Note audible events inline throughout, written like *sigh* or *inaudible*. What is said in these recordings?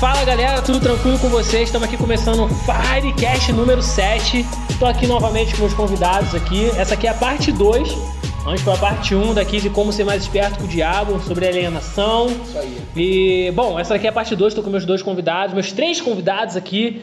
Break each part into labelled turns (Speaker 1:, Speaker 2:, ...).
Speaker 1: Fala galera, tudo tranquilo com vocês? Estamos aqui começando o Firecast número 7. Estou aqui novamente com os convidados aqui. Essa aqui é a parte 2. Antes foi a parte 1 daqui de como ser mais esperto com o diabo, sobre alienação.
Speaker 2: Isso aí.
Speaker 1: E, bom, essa aqui é a parte 2, estou com meus dois convidados, meus três convidados aqui.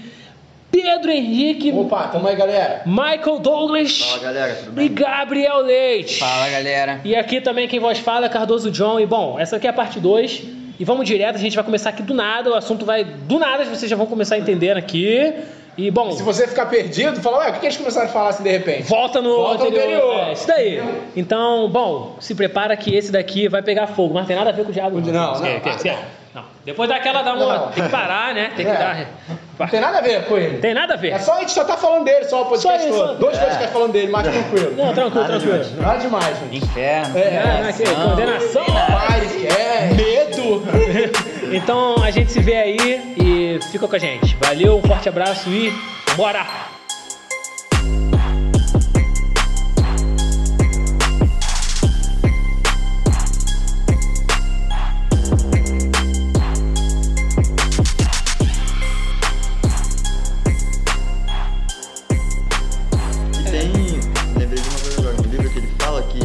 Speaker 1: Pedro Henrique,
Speaker 2: Opa, tamo aí, galera.
Speaker 1: Michael Douglas
Speaker 3: Fala galera, tudo
Speaker 1: e
Speaker 3: bem?
Speaker 1: Gabriel Leite.
Speaker 3: Fala galera.
Speaker 1: E aqui também quem vos fala é Cardoso John. E bom, essa aqui é a parte 2. E vamos direto, a gente vai começar aqui do nada. O assunto vai do nada, vocês já vão começar entendendo aqui. E bom,
Speaker 2: Se você ficar perdido, fala, ué, o que que eles começaram a falar assim de repente?
Speaker 1: volta no
Speaker 2: Volta ao
Speaker 1: anterior.
Speaker 2: anterior.
Speaker 1: É, isso daí. Então, bom, se prepara que esse daqui vai pegar fogo. Mas não tem nada a ver com o diabo.
Speaker 2: Não,
Speaker 1: Esquece,
Speaker 2: não,
Speaker 1: esquece, esquece. Não. Depois daquela dá uma.
Speaker 2: Não.
Speaker 1: Tem que parar, né? Tem que
Speaker 2: É.
Speaker 1: dar.
Speaker 2: Não tem nada a ver com ele.
Speaker 1: Tem nada a ver.
Speaker 2: É só a gente só tá falando dele, só É. o podcast
Speaker 1: Só isso,
Speaker 2: todo.
Speaker 1: só-
Speaker 2: Dois podcasts tá falando dele, mais tranquilo.
Speaker 1: Não, tranquilo,
Speaker 3: Nada
Speaker 1: tranquilo.
Speaker 3: demais.
Speaker 2: Nada demais, gente.
Speaker 3: Inferno.
Speaker 2: É,
Speaker 1: É, né, aqui, condenação.
Speaker 2: Pare, é. Medo.
Speaker 1: Então a gente se vê aí e fica com a gente. Valeu, um forte abraço e bora!
Speaker 3: E tem. Lembrei de uma coisa agora, um livro que ele fala que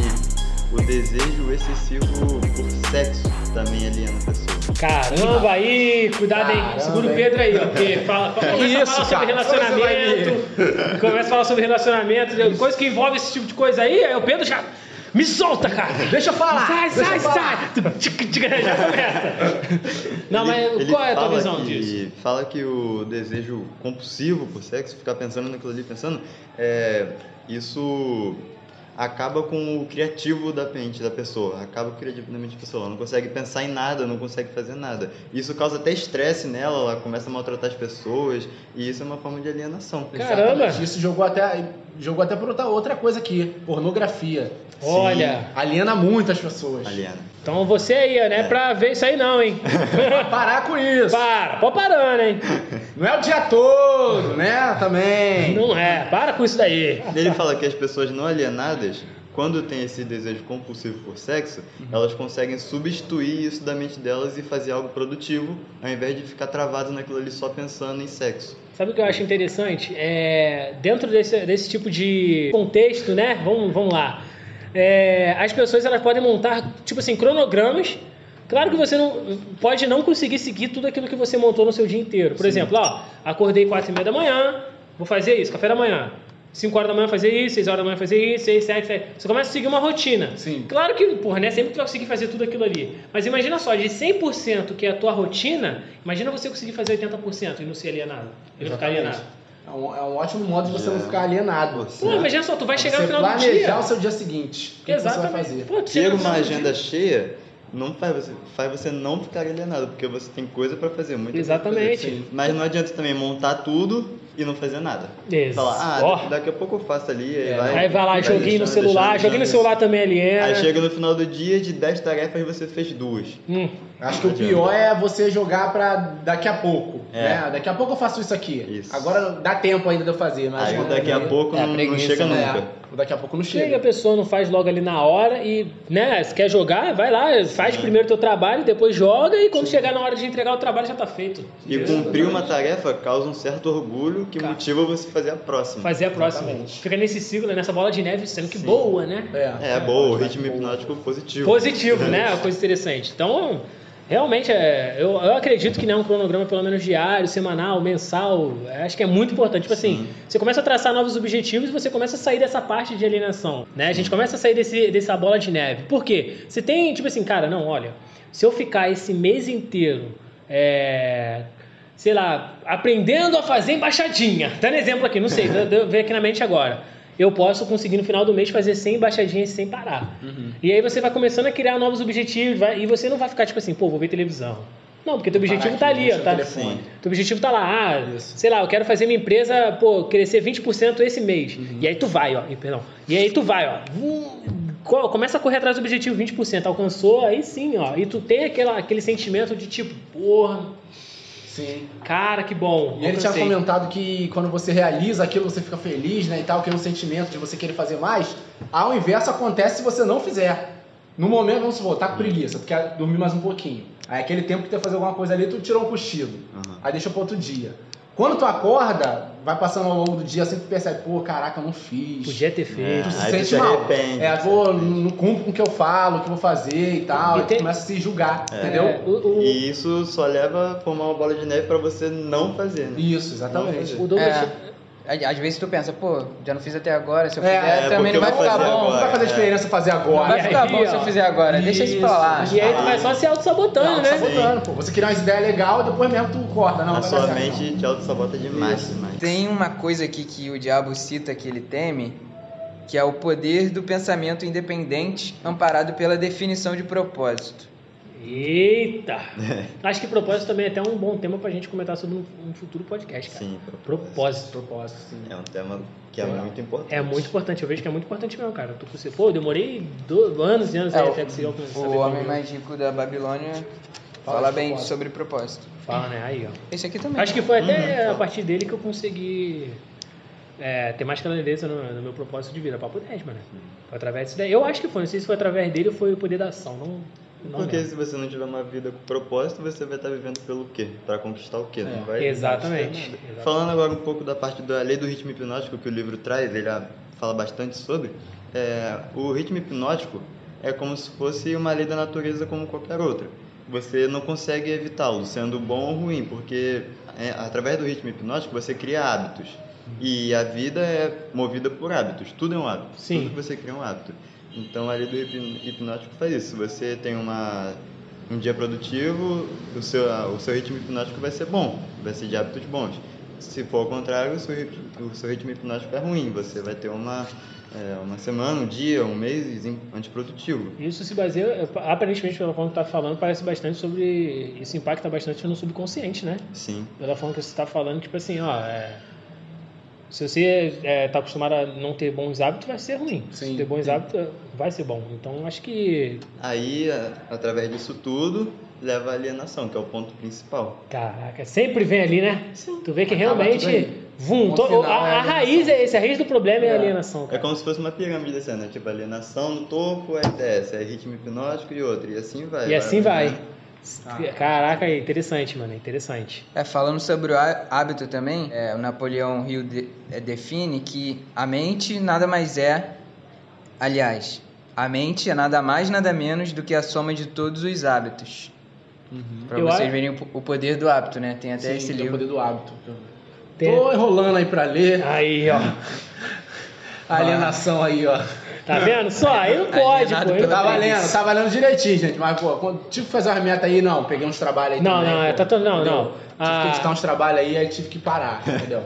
Speaker 3: o desejo excessivo por sexo também aliena a pessoa.
Speaker 1: Caramba aí, cuidado aí,
Speaker 2: Caramba,
Speaker 1: segura o
Speaker 2: hein?
Speaker 1: Pedro aí, porque fala, fala, começa a
Speaker 2: isso,
Speaker 1: falar sobre
Speaker 2: cara?
Speaker 1: relacionamento, começa a falar sobre relacionamento, coisa que envolve esse tipo de coisa aí, aí o Pedro já me solta, cara.
Speaker 2: Deixa eu falar.
Speaker 1: Sai,
Speaker 2: deixa
Speaker 1: sai,
Speaker 2: eu falar.
Speaker 1: sai! Tic, tic, Já começa. Não, mas qual é a tua
Speaker 3: fala
Speaker 1: visão
Speaker 3: que,
Speaker 1: disso?
Speaker 3: Fala que o desejo compulsivo por sexo, ficar pensando naquilo ali, pensando, é, isso acaba com o criativo da mente da pessoa, acaba com o criativo da mente da pessoa, ela não consegue pensar em nada, não consegue fazer nada. Isso causa até estresse nela, ela começa a maltratar as pessoas, e isso é uma forma de alienação.
Speaker 1: Caramba.
Speaker 2: Exatamente, Isso jogou até, jogou até por outra, outra coisa aqui. Pornografia.
Speaker 1: Olha,
Speaker 2: Aliena muito as pessoas.
Speaker 3: Aliena.
Speaker 1: então você aí, ó, não é pra ver isso aí não, hein?
Speaker 2: Parar com isso.
Speaker 1: Para, pode né? parando, hein?
Speaker 2: Não é o dia todo, né? Também.
Speaker 1: Não é, para com isso daí.
Speaker 3: Ele fala que as pessoas não alienadas, quando tem esse desejo compulsivo por sexo,
Speaker 1: Uhum.
Speaker 3: elas conseguem substituir isso da mente delas e fazer algo produtivo, ao invés de ficar travado naquilo ali só pensando em sexo.
Speaker 1: Sabe o que eu acho interessante? É, dentro desse, desse tipo de contexto, né? Vamos, vamos lá. É, as pessoas elas podem montar, tipo assim, cronogramas. Claro que você não pode não conseguir seguir tudo aquilo que você montou no seu dia inteiro. Por exemplo, ó, acordei 4 e meia da manhã, vou fazer isso, café da manhã. 5 horas da manhã fazer isso, 6 horas da manhã fazer isso, 6, 7, 7. Você começa a seguir uma rotina.
Speaker 2: Sim.
Speaker 1: Claro que, porra, né? Sempre tu vai conseguir fazer tudo aquilo ali. Mas imagina só, de 100% que é a tua rotina, imagina você conseguir fazer 80% e não ser alienado. E não ficar
Speaker 2: Exatamente.
Speaker 1: alienado.
Speaker 2: É um, é um ótimo modo de você
Speaker 3: É.
Speaker 2: não ficar alienado.
Speaker 3: Você
Speaker 1: Pô, imagina só, tu vai
Speaker 2: Pra
Speaker 1: chegar
Speaker 2: Né? você
Speaker 1: no final do
Speaker 2: planejar
Speaker 1: dia.
Speaker 2: o seu dia seguinte. O que, que você vai fazer?
Speaker 1: Pô, tu chega
Speaker 3: Ter
Speaker 1: no final
Speaker 3: uma
Speaker 1: do
Speaker 3: agenda
Speaker 1: dia.
Speaker 3: cheia não faz você, faz você não ficar alienado, porque você tem coisa pra fazer, muita coisa pra
Speaker 1: Exatamente.
Speaker 3: fazer. Mas não adianta também montar tudo e não fazer nada.
Speaker 1: Isso.
Speaker 3: Falar, ah,
Speaker 1: Ó.
Speaker 3: daqui, daqui a pouco eu faço ali, aí
Speaker 2: É,
Speaker 3: vai.
Speaker 1: Aí vai lá, joguinho no
Speaker 3: deixando,
Speaker 1: celular,
Speaker 3: deixando,
Speaker 1: joguinho no
Speaker 3: deixando.
Speaker 1: celular também é. aliena.
Speaker 3: Aí chega no final do dia, de 10 tarefas você fez duas.
Speaker 1: Hum,
Speaker 2: Acho que o
Speaker 3: Não
Speaker 2: pior é você jogar pra daqui a pouco.
Speaker 3: É.
Speaker 2: né? Daqui a pouco eu faço isso aqui.
Speaker 3: Isso.
Speaker 2: Agora dá tempo ainda de eu fazer, mas.
Speaker 3: Aí o daqui a pouco
Speaker 4: É,
Speaker 3: não, não
Speaker 4: preguiça,
Speaker 3: chega
Speaker 2: É,
Speaker 3: nunca.
Speaker 2: o daqui a pouco não
Speaker 1: chega, a
Speaker 2: chega.
Speaker 1: pessoa não faz logo ali na hora e, né, se quer jogar, vai lá, faz primeiro teu trabalho, depois joga e quando chegar na hora de entregar o trabalho já tá feito.
Speaker 3: E cumprir uma tarefa causa um certo orgulho que motiva você fazer a próxima.
Speaker 1: Fazer a próxima.
Speaker 2: Exatamente.
Speaker 1: Fica nesse ciclo, né, nessa bola de neve, sendo que boa, né?
Speaker 3: É, boa, o
Speaker 2: vai,
Speaker 3: ritmo
Speaker 2: boa.
Speaker 3: hipnótico positivo.
Speaker 1: Positivo, né? Uma coisa interessante. Então, realmente, é, eu, eu acredito que né, um cronograma, pelo menos diário, semanal, mensal, é, acho que é muito importante. Tipo assim, você começa a traçar novos objetivos e você começa a sair dessa parte de alienação, né? A gente começa a sair desse, dessa bola de neve. Por quê? Você tem, tipo assim, cara, não, olha, se eu ficar esse mês inteiro, é, sei lá, aprendendo a fazer embaixadinha, dando exemplo aqui, não sei, deu- deu- veio aqui na mente agora. Eu posso conseguir no final do mês fazer 100 embaixadinhas sem parar.
Speaker 2: Uhum.
Speaker 1: E aí você vai começando a criar novos objetivos vai- e você não vai ficar tipo assim, pô, vou ver televisão. Não, porque teu objetivo tá
Speaker 2: Parar aqui,
Speaker 1: ali, ó,
Speaker 2: deixa o
Speaker 1: tá?
Speaker 2: telefone.
Speaker 1: Teu objetivo tá lá, ah,
Speaker 2: Isso.
Speaker 1: sei lá, eu quero fazer minha empresa, pô, crescer 20% esse mês.
Speaker 2: Uhum.
Speaker 1: E aí tu vai, ó, e, perdão. E aí tu vai, ó. vum, co- Começa a correr atrás do objetivo 20%, alcançou, aí sim, ó. E tu tem aquela, aquele sentimento de tipo, porra,
Speaker 2: Sim.
Speaker 1: cara, que bom.
Speaker 2: E ele tinha
Speaker 1: alcancei.
Speaker 2: comentado que quando você realiza aquilo, você fica feliz, né? E tal, que é um sentimento de você querer fazer mais. Ao inverso acontece se você não fizer. No momento, vamos supor, tá com preguiça, tu quer dormir mais um pouquinho. Aí aquele tempo que tu ia fazer alguma coisa ali, tu tirou um cochilo.
Speaker 3: Aham.
Speaker 2: Aí deixa pro outro dia. Quando tu acorda, vai passando ao longo do dia, assim tu percebe, pô, caraca, eu não fiz.
Speaker 1: Podia ter feito.
Speaker 2: Tu se
Speaker 3: Aí tu
Speaker 2: sente
Speaker 3: se
Speaker 2: mal.
Speaker 3: arrepende.
Speaker 2: É, vou, não cumpro com o que eu falo, o que eu vou fazer e tal.
Speaker 1: E
Speaker 2: E
Speaker 1: tem-
Speaker 2: começa a se julgar,
Speaker 1: É,
Speaker 2: entendeu?
Speaker 1: o, o-
Speaker 3: E isso só leva a formar uma bola de neve pra você não fazer, né?
Speaker 2: Isso,
Speaker 3: Não
Speaker 2: exatamente.
Speaker 3: fazer.
Speaker 1: o Douglas.
Speaker 4: É. Às às vezes tu pensa, pô, já não fiz até agora, se eu
Speaker 2: É,
Speaker 4: fizer
Speaker 3: é,
Speaker 4: também
Speaker 3: porque
Speaker 4: não vai
Speaker 3: eu vou
Speaker 4: ficar
Speaker 3: fazer
Speaker 4: bom.
Speaker 2: Não vai fazer
Speaker 3: é.
Speaker 2: diferença fazer agora.
Speaker 4: Não vai
Speaker 1: E
Speaker 4: ficar
Speaker 1: aí,
Speaker 4: bom se
Speaker 1: ó.
Speaker 4: eu fizer agora, deixa isso pra lá.
Speaker 1: E aí tu vai só se auto-sabotando,
Speaker 2: Não,
Speaker 1: né?
Speaker 2: sabotando, pô. Você queria umas ideias legais e depois mesmo tu corta. Não,
Speaker 3: a
Speaker 2: vai
Speaker 3: sua
Speaker 2: dar certo,
Speaker 3: mente te auto-sabota demais, demais.
Speaker 4: Tem uma coisa aqui que o diabo cita que ele teme, que é o poder do pensamento independente amparado pela definição de propósito.
Speaker 3: *laughs*
Speaker 1: Eita! Acho que propósito também é até um bom tema pra gente comentar sobre um, um futuro podcast, cara.
Speaker 3: Sim,
Speaker 1: Propósito.
Speaker 2: Propósito, sim.
Speaker 3: É um tema que é
Speaker 2: Legal.
Speaker 3: muito importante.
Speaker 1: É muito importante, eu vejo que é muito importante mesmo, cara. Tu conseguiu. Pô, eu demorei do- anos e anos
Speaker 4: É,
Speaker 1: aí
Speaker 4: o-
Speaker 1: até conseguir alcançar.
Speaker 4: O
Speaker 1: saber
Speaker 4: homem
Speaker 1: como-
Speaker 4: mais rico da Babilônia
Speaker 2: Fala
Speaker 4: fala
Speaker 2: de
Speaker 4: bem
Speaker 2: propósito.
Speaker 4: sobre propósito.
Speaker 1: Fala, né? Aí, ó.
Speaker 4: Esse aqui também.
Speaker 1: Acho que foi
Speaker 3: Uhum,
Speaker 1: até
Speaker 3: fala.
Speaker 1: a partir dele que eu consegui é, ter mais clareza no, no meu propósito de vida. Papo 10, mano. Foi através disso daí. Eu acho que foi, não sei se foi através dele ou foi o poder da ação. Não, não
Speaker 3: Porque
Speaker 1: lembro.
Speaker 3: se você não tiver uma vida com propósito, você vai estar vivendo pelo quê? Pra conquistar o quê?
Speaker 2: É,
Speaker 3: Não vai
Speaker 1: Exatamente.
Speaker 3: não vai
Speaker 1: Exatamente.
Speaker 3: Falando agora um pouco da parte da lei do ritmo hipnótico que o livro traz, ele ah, fala bastante sobre, é, o ritmo hipnótico é como se fosse uma lei da natureza como qualquer outra. Você não consegue evitá-lo, sendo bom ou ruim, porque é, através do ritmo hipnótico você cria hábitos.
Speaker 1: Uhum.
Speaker 3: E a vida é movida por hábitos, tudo é um hábito,
Speaker 1: Sim.
Speaker 3: tudo que você cria é um hábito. Então a lei do hipno- hipnótico faz isso, você tem uma um dia produtivo, o seu, o seu ritmo hipnótico vai ser bom, vai ser de hábitos bons. Se for ao contrário, o seu, rit- o seu ritmo hipnótico é ruim, você vai ter uma, é, uma semana, um dia, um mês em- antiprodutivo.
Speaker 1: Isso se baseia, aparentemente, pela forma que tu tá falando, parece bastante sobre. Isso impacta bastante no subconsciente, né?
Speaker 3: Sim,
Speaker 1: Pela forma que você tá falando, tipo assim, ó. é, se você é, tá acostumado a não ter bons hábitos, vai ser ruim.
Speaker 2: Sim.
Speaker 1: se ter bons hábitos, vai ser bom. Então, acho que.
Speaker 3: aí, a- através disso tudo, leva à alienação, que é o ponto principal.
Speaker 1: Caraca, sempre vem ali, né? Tu vê que
Speaker 2: Acaba tudo
Speaker 1: realmente.
Speaker 2: aí.
Speaker 1: Vum,
Speaker 2: No
Speaker 1: to-
Speaker 2: final,
Speaker 1: a, a
Speaker 2: é a
Speaker 1: raiz é esse, a raiz do problema é, a
Speaker 2: É.
Speaker 1: alienação.
Speaker 3: É
Speaker 1: Cara.
Speaker 3: como se fosse uma pirâmide descendo, né? tipo alienação no topo, aí desce, aí ritmo hipnótico e outro, e assim
Speaker 2: É,
Speaker 3: vai.
Speaker 1: E assim vai.
Speaker 2: Ah.
Speaker 1: Caraca, é interessante, mano. é Interessante.
Speaker 4: É, falando sobre o há- hábito também, é, o Napoleão Hill de- é, define que a mente nada mais é, aliás, a mente é nada mais nada menos do que a soma de todos os hábitos. Pra
Speaker 1: Eu
Speaker 4: vocês
Speaker 1: acho-
Speaker 4: verem o po- o poder do hábito, né? Tem até
Speaker 2: Uhum. Sim,
Speaker 4: esse
Speaker 2: tem o
Speaker 4: livro.
Speaker 2: poder do hábito.
Speaker 1: Tem-
Speaker 2: Tô enrolando aí pra ler.
Speaker 1: Aí, ó.
Speaker 2: A alienação aí, ó.
Speaker 1: Tá vendo? Só aí não pode,
Speaker 4: Alienado
Speaker 1: pô. aí não
Speaker 2: Tá
Speaker 1: pode.
Speaker 2: valendo, tá valendo direitinho, gente. Mas, pô, quando tive que fazer uma meta aí, não. Peguei uns trabalhos aí
Speaker 1: Não,
Speaker 2: também,
Speaker 1: não,
Speaker 2: pô,
Speaker 1: tá tudo- não,
Speaker 2: entendeu?
Speaker 1: não.
Speaker 2: Tive
Speaker 1: Ah.
Speaker 2: que editar uns trabalhos aí, aí tive que parar, entendeu?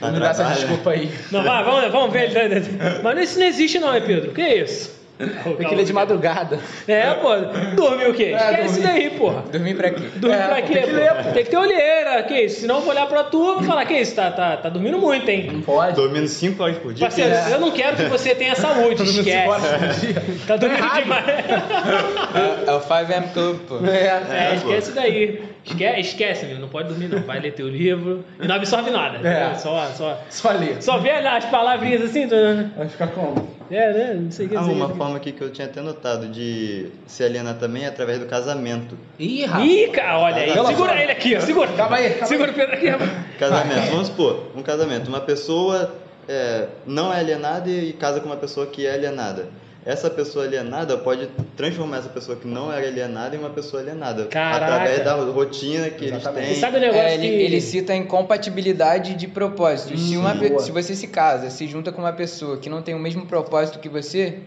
Speaker 2: Não me dá essa
Speaker 3: Trabalha.
Speaker 2: desculpa aí.
Speaker 1: Não, vai, vamos, vamos ver. então, Mas isso não existe não, né, Pedro? Que isso?
Speaker 2: Eu queria ler de madrugada.
Speaker 1: É, pô. Dormiu o quê?
Speaker 2: É,
Speaker 1: Esquece isso daí, porra.
Speaker 4: Dormir pra quê?
Speaker 1: Dormir
Speaker 2: É,
Speaker 1: pra
Speaker 2: pô,
Speaker 1: quê?
Speaker 2: tem que
Speaker 1: pô? Tem que ter olheira, que isso. Senão eu vou olhar pra tu e
Speaker 2: *clears throat*
Speaker 1: vou falar, que isso, tá, tá, tá dormindo muito, hein?
Speaker 2: Não pode.
Speaker 3: Dormindo 5 horas por dia.
Speaker 1: Parceiro,
Speaker 2: É.
Speaker 1: eu não quero que você tenha
Speaker 2: *laughs*
Speaker 1: saúde, esquece. Tá dormindo
Speaker 2: errado.
Speaker 1: demais.
Speaker 4: É, é o 5M Club, pô.
Speaker 2: É.
Speaker 1: *laughs* É,
Speaker 3: É,
Speaker 1: esquece daí. Esquece, esquece, meu. Não pode dormir, não. Vai ler teu livro. E não absorve nada.
Speaker 2: É.
Speaker 1: Só, só.
Speaker 2: Só ler.
Speaker 1: Só vê as palavrinhas assim, né?
Speaker 2: Vai ficar como?
Speaker 1: É, né? Não sei o que
Speaker 3: Ah,
Speaker 1: dizer.
Speaker 3: uma forma aqui que eu tinha até notado de se alienar também é através do casamento.
Speaker 2: Ih,
Speaker 1: Ih, cara, olha aí.
Speaker 2: Calma,
Speaker 1: segura
Speaker 2: calma.
Speaker 1: ele aqui, ó. Segura.
Speaker 2: Calma aí, calma
Speaker 1: segura o Pedro aqui. rapaz. Ah,
Speaker 3: Casamento,
Speaker 1: é?
Speaker 3: vamos supor, um casamento. Uma pessoa é, não é alienada e casa com uma pessoa que é alienada. Essa pessoa alienada pode transformar essa pessoa que não era alienada em uma pessoa alienada.
Speaker 1: Caraca.
Speaker 3: Através da rotina que
Speaker 2: Exatamente.
Speaker 1: E
Speaker 3: eles têm.
Speaker 1: sabe o negócio
Speaker 4: É, ele,
Speaker 1: que...
Speaker 4: ele cita a incompatibilidade de propósitos. se, uma pe-
Speaker 2: boa.
Speaker 4: se você se casa, se junta com uma pessoa que não tem o mesmo propósito que você,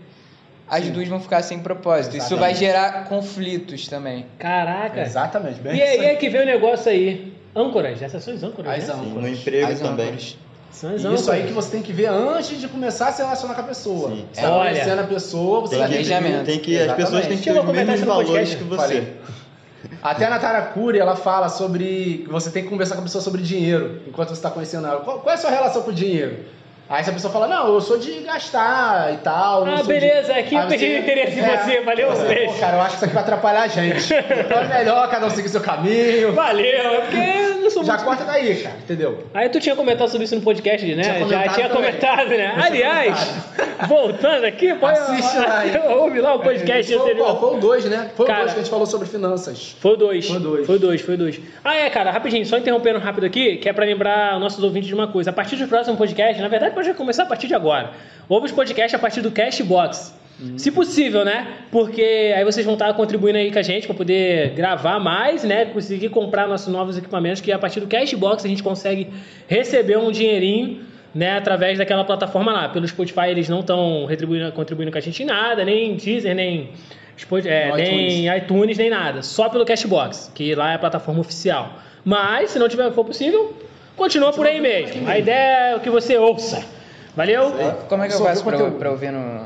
Speaker 4: as duas vão ficar sem propósito. Isso vai
Speaker 2: Exatamente.
Speaker 4: gerar conflitos também.
Speaker 1: Caraca.
Speaker 2: Exatamente, bem
Speaker 1: E
Speaker 2: isso
Speaker 1: aí é que vem o negócio aí. Âncoras. Essas são as âncoras,
Speaker 2: As
Speaker 1: né?
Speaker 3: Sim,
Speaker 2: âncoras.
Speaker 3: no emprego
Speaker 4: As
Speaker 3: também.
Speaker 4: âncoras.
Speaker 1: São as
Speaker 2: E
Speaker 1: âncoras.
Speaker 2: Isso aí que você tem que ver antes de começar a se relacionar com a pessoa.
Speaker 3: Sim.
Speaker 2: Você tá
Speaker 1: Olha.
Speaker 2: conhecendo a pessoa, você
Speaker 3: Tem
Speaker 2: vai
Speaker 3: que,
Speaker 2: ter
Speaker 4: Planejamento.
Speaker 3: tem que- as
Speaker 2: Exatamente.
Speaker 3: pessoas têm que ter
Speaker 1: Chegou a
Speaker 3: os
Speaker 1: comentar
Speaker 3: mesmos
Speaker 1: isso no
Speaker 3: valores
Speaker 1: podcast,
Speaker 3: que você.
Speaker 2: falei. Até a Natara Cury, ela fala sobre que você tem que conversar com a pessoa sobre dinheiro, enquanto você está conhecendo ela. Qual, qual é a sua relação com o dinheiro? Aí se a pessoa fala, não, eu sou de gastar e tal. não
Speaker 1: Ah,
Speaker 2: sou
Speaker 1: beleza.
Speaker 2: de...
Speaker 1: Aqui
Speaker 2: Aí
Speaker 1: eu perdi
Speaker 2: você-
Speaker 1: o interesse em
Speaker 2: É.
Speaker 1: você. Valeu,
Speaker 2: Você, Pô,
Speaker 1: beijo.
Speaker 2: cara, eu acho que isso aqui vai atrapalhar a gente. Então é melhor cada um seguir seu caminho.
Speaker 1: Valeu. É porque... sou
Speaker 2: Já
Speaker 1: muito-
Speaker 2: corta daí, cara, entendeu?
Speaker 1: Aí tu tinha comentado sobre isso no podcast, né?
Speaker 2: Tinha
Speaker 1: Já
Speaker 2: comentado
Speaker 1: tinha
Speaker 2: também.
Speaker 1: comentado, né? Aliás, voltando aqui, pode
Speaker 2: Assiste lá aí.
Speaker 1: *laughs* ouve lá o podcast
Speaker 2: Foi,
Speaker 1: anterior.
Speaker 2: qual? foi o 2, né? Foi
Speaker 1: Cara.
Speaker 2: o 2 que a gente falou sobre finanças.
Speaker 1: Foi o 2.
Speaker 2: Foi o dois.
Speaker 1: Foi o 2, foi o 2. Ah, é, cara, rapidinho, só interrompendo rápido aqui, que é pra lembrar nossos ouvintes de uma coisa. A partir do próximo podcast, na verdade, pode começar a partir de agora. Ouve os podcasts a partir do Cashbox.
Speaker 2: Hum.
Speaker 1: Se possível, né? Porque aí vocês vão estar contribuindo aí com a gente pra poder gravar mais, né? Conseguir comprar nossos novos equipamentos, que a partir do Cashbox a gente consegue receber um dinheirinho né, através daquela plataforma lá. Pelo Spotify eles não estão retribuindo, contribuindo com a gente em nada, nem Deezer, nem, Spot- é,
Speaker 2: No
Speaker 1: nem iTunes, nem nada. Só pelo Cashbox, que lá é a plataforma oficial. Mas, se não tiver, for possível, continua por aí mesmo. A ideia é o que você ouça. Valeu?
Speaker 4: Como é que eu
Speaker 2: Sobre
Speaker 4: faço
Speaker 2: o
Speaker 4: pra,
Speaker 2: conteúdo.
Speaker 4: pra ouvir no, no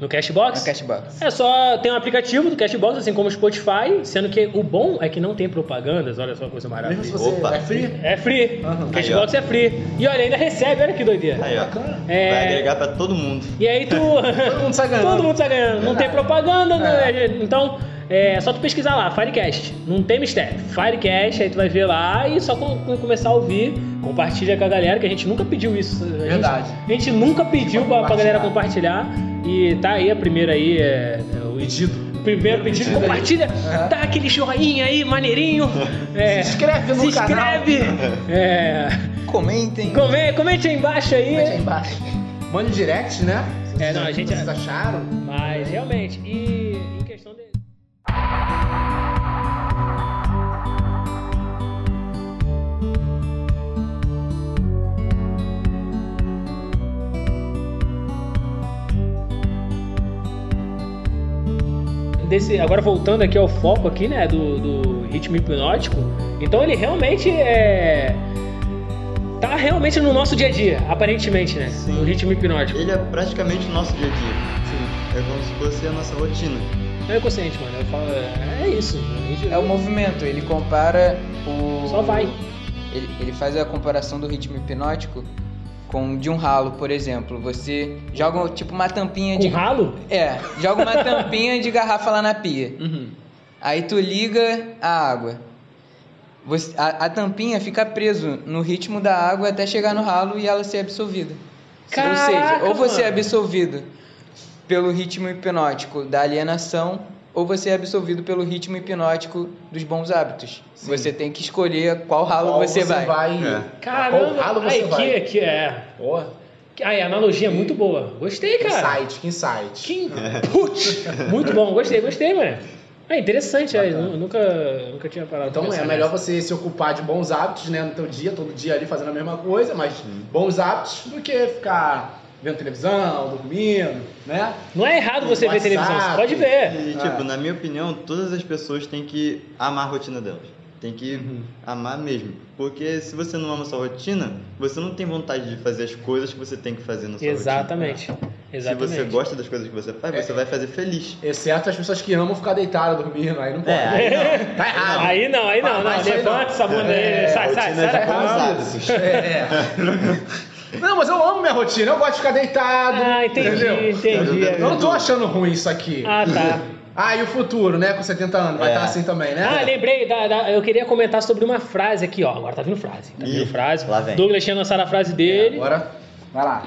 Speaker 1: No Cashbox?
Speaker 4: Cashbox?
Speaker 1: É só tem um aplicativo do Cashbox, assim como o Spotify, sendo que o bom é que não tem propagandas, olha só que coisa
Speaker 2: Mesmo
Speaker 1: maravilhosa.
Speaker 2: se você
Speaker 3: Opa.
Speaker 2: é free.
Speaker 1: É free.
Speaker 2: Aham.
Speaker 1: Cashbox é free. E olha, ainda recebe, olha que doideira.
Speaker 3: Aí, ó.
Speaker 2: Bacana.
Speaker 1: É.
Speaker 3: Vai agregar pra todo mundo.
Speaker 1: E aí tu.
Speaker 2: *laughs* Todo mundo sai ganhando.
Speaker 1: Todo mundo tá ganhando. Não tem propaganda, não
Speaker 4: É.
Speaker 1: é- então é só tu pesquisar lá, Firecast. Não tem mistério. Firecast, aí tu vai ver lá e só com- com- começar a ouvir, compartilha com a galera, que a gente nunca pediu isso. A gente-
Speaker 2: Verdade.
Speaker 1: A gente, nunca pediu pra, pra
Speaker 2: compartilhar.
Speaker 1: galera compartilhar. E tá aí a primeira aí, é, é o
Speaker 2: Pedido.
Speaker 1: Primeiro pedido,
Speaker 2: pedido aí.
Speaker 1: compartilha, dá aquele joinha aí, maneirinho. É,
Speaker 2: *laughs* Se inscreve no
Speaker 1: se
Speaker 2: canal.
Speaker 1: inscreve. É,
Speaker 4: Comentem.
Speaker 1: come- comente aí embaixo aí.
Speaker 2: Mande aí é embaixo. Mande um direct, né?
Speaker 1: É, não, a gente-
Speaker 2: Vocês acharam?
Speaker 1: Mas realmente, e em questão de. Desse, agora voltando aqui ao foco aqui, né, do, do ritmo hipnótico, então ele realmente é tá realmente no nosso dia a dia, aparentemente, né,
Speaker 3: Sim.
Speaker 1: o ritmo hipnótico.
Speaker 3: Ele é praticamente o nosso dia a dia. É como se fosse a nossa rotina.
Speaker 1: Não é consciente, mano. Eu falo, é é isso.
Speaker 4: É o movimento, ele compara o.
Speaker 1: Só vai.
Speaker 4: Ele, ele faz a comparação do ritmo hipnótico com o de um ralo, por exemplo. Você joga tipo uma tampinha
Speaker 1: Com
Speaker 4: de.
Speaker 1: ralo?
Speaker 4: É,
Speaker 1: *laughs*
Speaker 4: joga uma tampinha de garrafa lá na pia.
Speaker 1: Uhum.
Speaker 4: Aí tu liga a água. Você- a, a tampinha fica preso no ritmo da água até chegar no ralo e ela ser absorvida. ou seja,
Speaker 1: Caraca,
Speaker 4: ou você é
Speaker 1: mano.
Speaker 4: absorvido pelo ritmo hipnótico da alienação, ou você é absorvido pelo ritmo hipnótico dos bons hábitos. Você tem que escolher qual ralo
Speaker 2: Qual
Speaker 4: você, vai.
Speaker 2: Qual
Speaker 1: Caramba,
Speaker 2: ralo você
Speaker 1: Ai,
Speaker 2: vai?
Speaker 1: que, que é.
Speaker 2: Porra.
Speaker 1: Ai, a analogia é muito boa. Gostei,
Speaker 2: Que
Speaker 1: cara.
Speaker 2: insight, que insight.
Speaker 1: Que...
Speaker 2: É.
Speaker 1: Putz, *laughs* muito bom, gostei, gostei, mano. É interessante, é,
Speaker 2: Bacana.
Speaker 1: nu- nunca, nunca tinha parado. pra
Speaker 2: Então é
Speaker 1: pensar
Speaker 2: melhor
Speaker 1: nisso.
Speaker 2: você se ocupar de bons hábitos, né, no teu dia, todo dia ali fazendo a mesma coisa, mas bons hábitos do que ficar vendo televisão, dormindo, né?
Speaker 1: Não é errado você ver
Speaker 2: WhatsApp.
Speaker 1: televisão, você pode ver.
Speaker 3: E,
Speaker 2: É.
Speaker 3: tipo, na minha opinião, todas as pessoas têm que amar a rotina delas. Tem que amar mesmo. Porque se você não ama a sua rotina, você não tem vontade de fazer as coisas que você tem que fazer na sua
Speaker 1: Exatamente.
Speaker 3: rotina.
Speaker 1: Exatamente.
Speaker 3: Se você gosta das coisas que você faz, você vai fazer feliz.
Speaker 2: Exceto as pessoas que amam ficar deitado dormindo, aí não pode.
Speaker 3: É, aí
Speaker 2: não. *laughs* Tá errado.
Speaker 1: Ah, Aí não, aí não,
Speaker 2: Vai,
Speaker 1: não.
Speaker 2: vai, vai,
Speaker 1: Levanta
Speaker 2: não.
Speaker 1: essa bunda aí.
Speaker 2: É,
Speaker 1: Sai, sai,
Speaker 3: rotina
Speaker 1: sai da
Speaker 3: de bons
Speaker 1: cama.
Speaker 3: hábitos.
Speaker 2: É. Não, mas eu amo minha rotina, eu gosto de ficar deitado.
Speaker 1: Ah, entendi,
Speaker 2: entendeu?
Speaker 1: entendi. é
Speaker 2: Eu não tô
Speaker 1: verdade.
Speaker 2: achando ruim isso aqui.
Speaker 1: Ah, tá.
Speaker 2: Ah, e o futuro, né? Com 70 anos, vai
Speaker 3: É.
Speaker 2: estar assim também, né?
Speaker 1: Ah, lembrei, da- da- eu queria comentar sobre uma frase aqui, ó. Agora tá vindo frase. Tá vindo
Speaker 3: Ih,
Speaker 1: frase.
Speaker 3: lá vem.
Speaker 1: Douglas tinha lançado a frase dele.
Speaker 2: É, Agora, vai lá.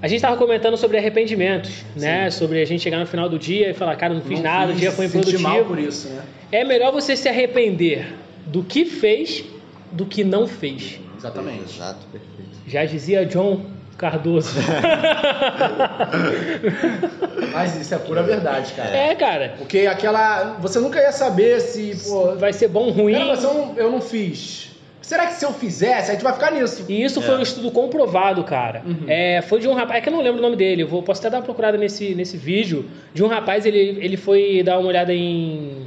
Speaker 1: A gente tava comentando sobre arrependimentos, né? Sobre a gente chegar no final do dia e falar, cara, não fiz
Speaker 2: Não
Speaker 1: nada, o
Speaker 2: fiz,
Speaker 1: dia foi
Speaker 2: senti mal por
Speaker 1: improdutivo.
Speaker 2: isso, né?
Speaker 1: É melhor você se arrepender do que fez do que não fez.
Speaker 2: Exatamente.
Speaker 3: Exato, perfeito.
Speaker 1: Já dizia John
Speaker 2: *laughs*
Speaker 1: Cardoso. *laughs*
Speaker 2: Mas isso é pura verdade, cara.
Speaker 1: é, cara.
Speaker 2: Porque aquela. Você nunca ia saber se. Pô,
Speaker 1: Vai ser bom, ruim.
Speaker 2: cara, mas eu, não- eu não fiz. Será que se eu fizesse, a gente vai ficar nisso?
Speaker 1: E isso foi um estudo comprovado, cara. É, foi de um rapaz, é que eu não lembro o nome dele, eu vou, posso até dar uma procurada nesse, nesse vídeo. De um rapaz, ele, ele foi dar uma olhada em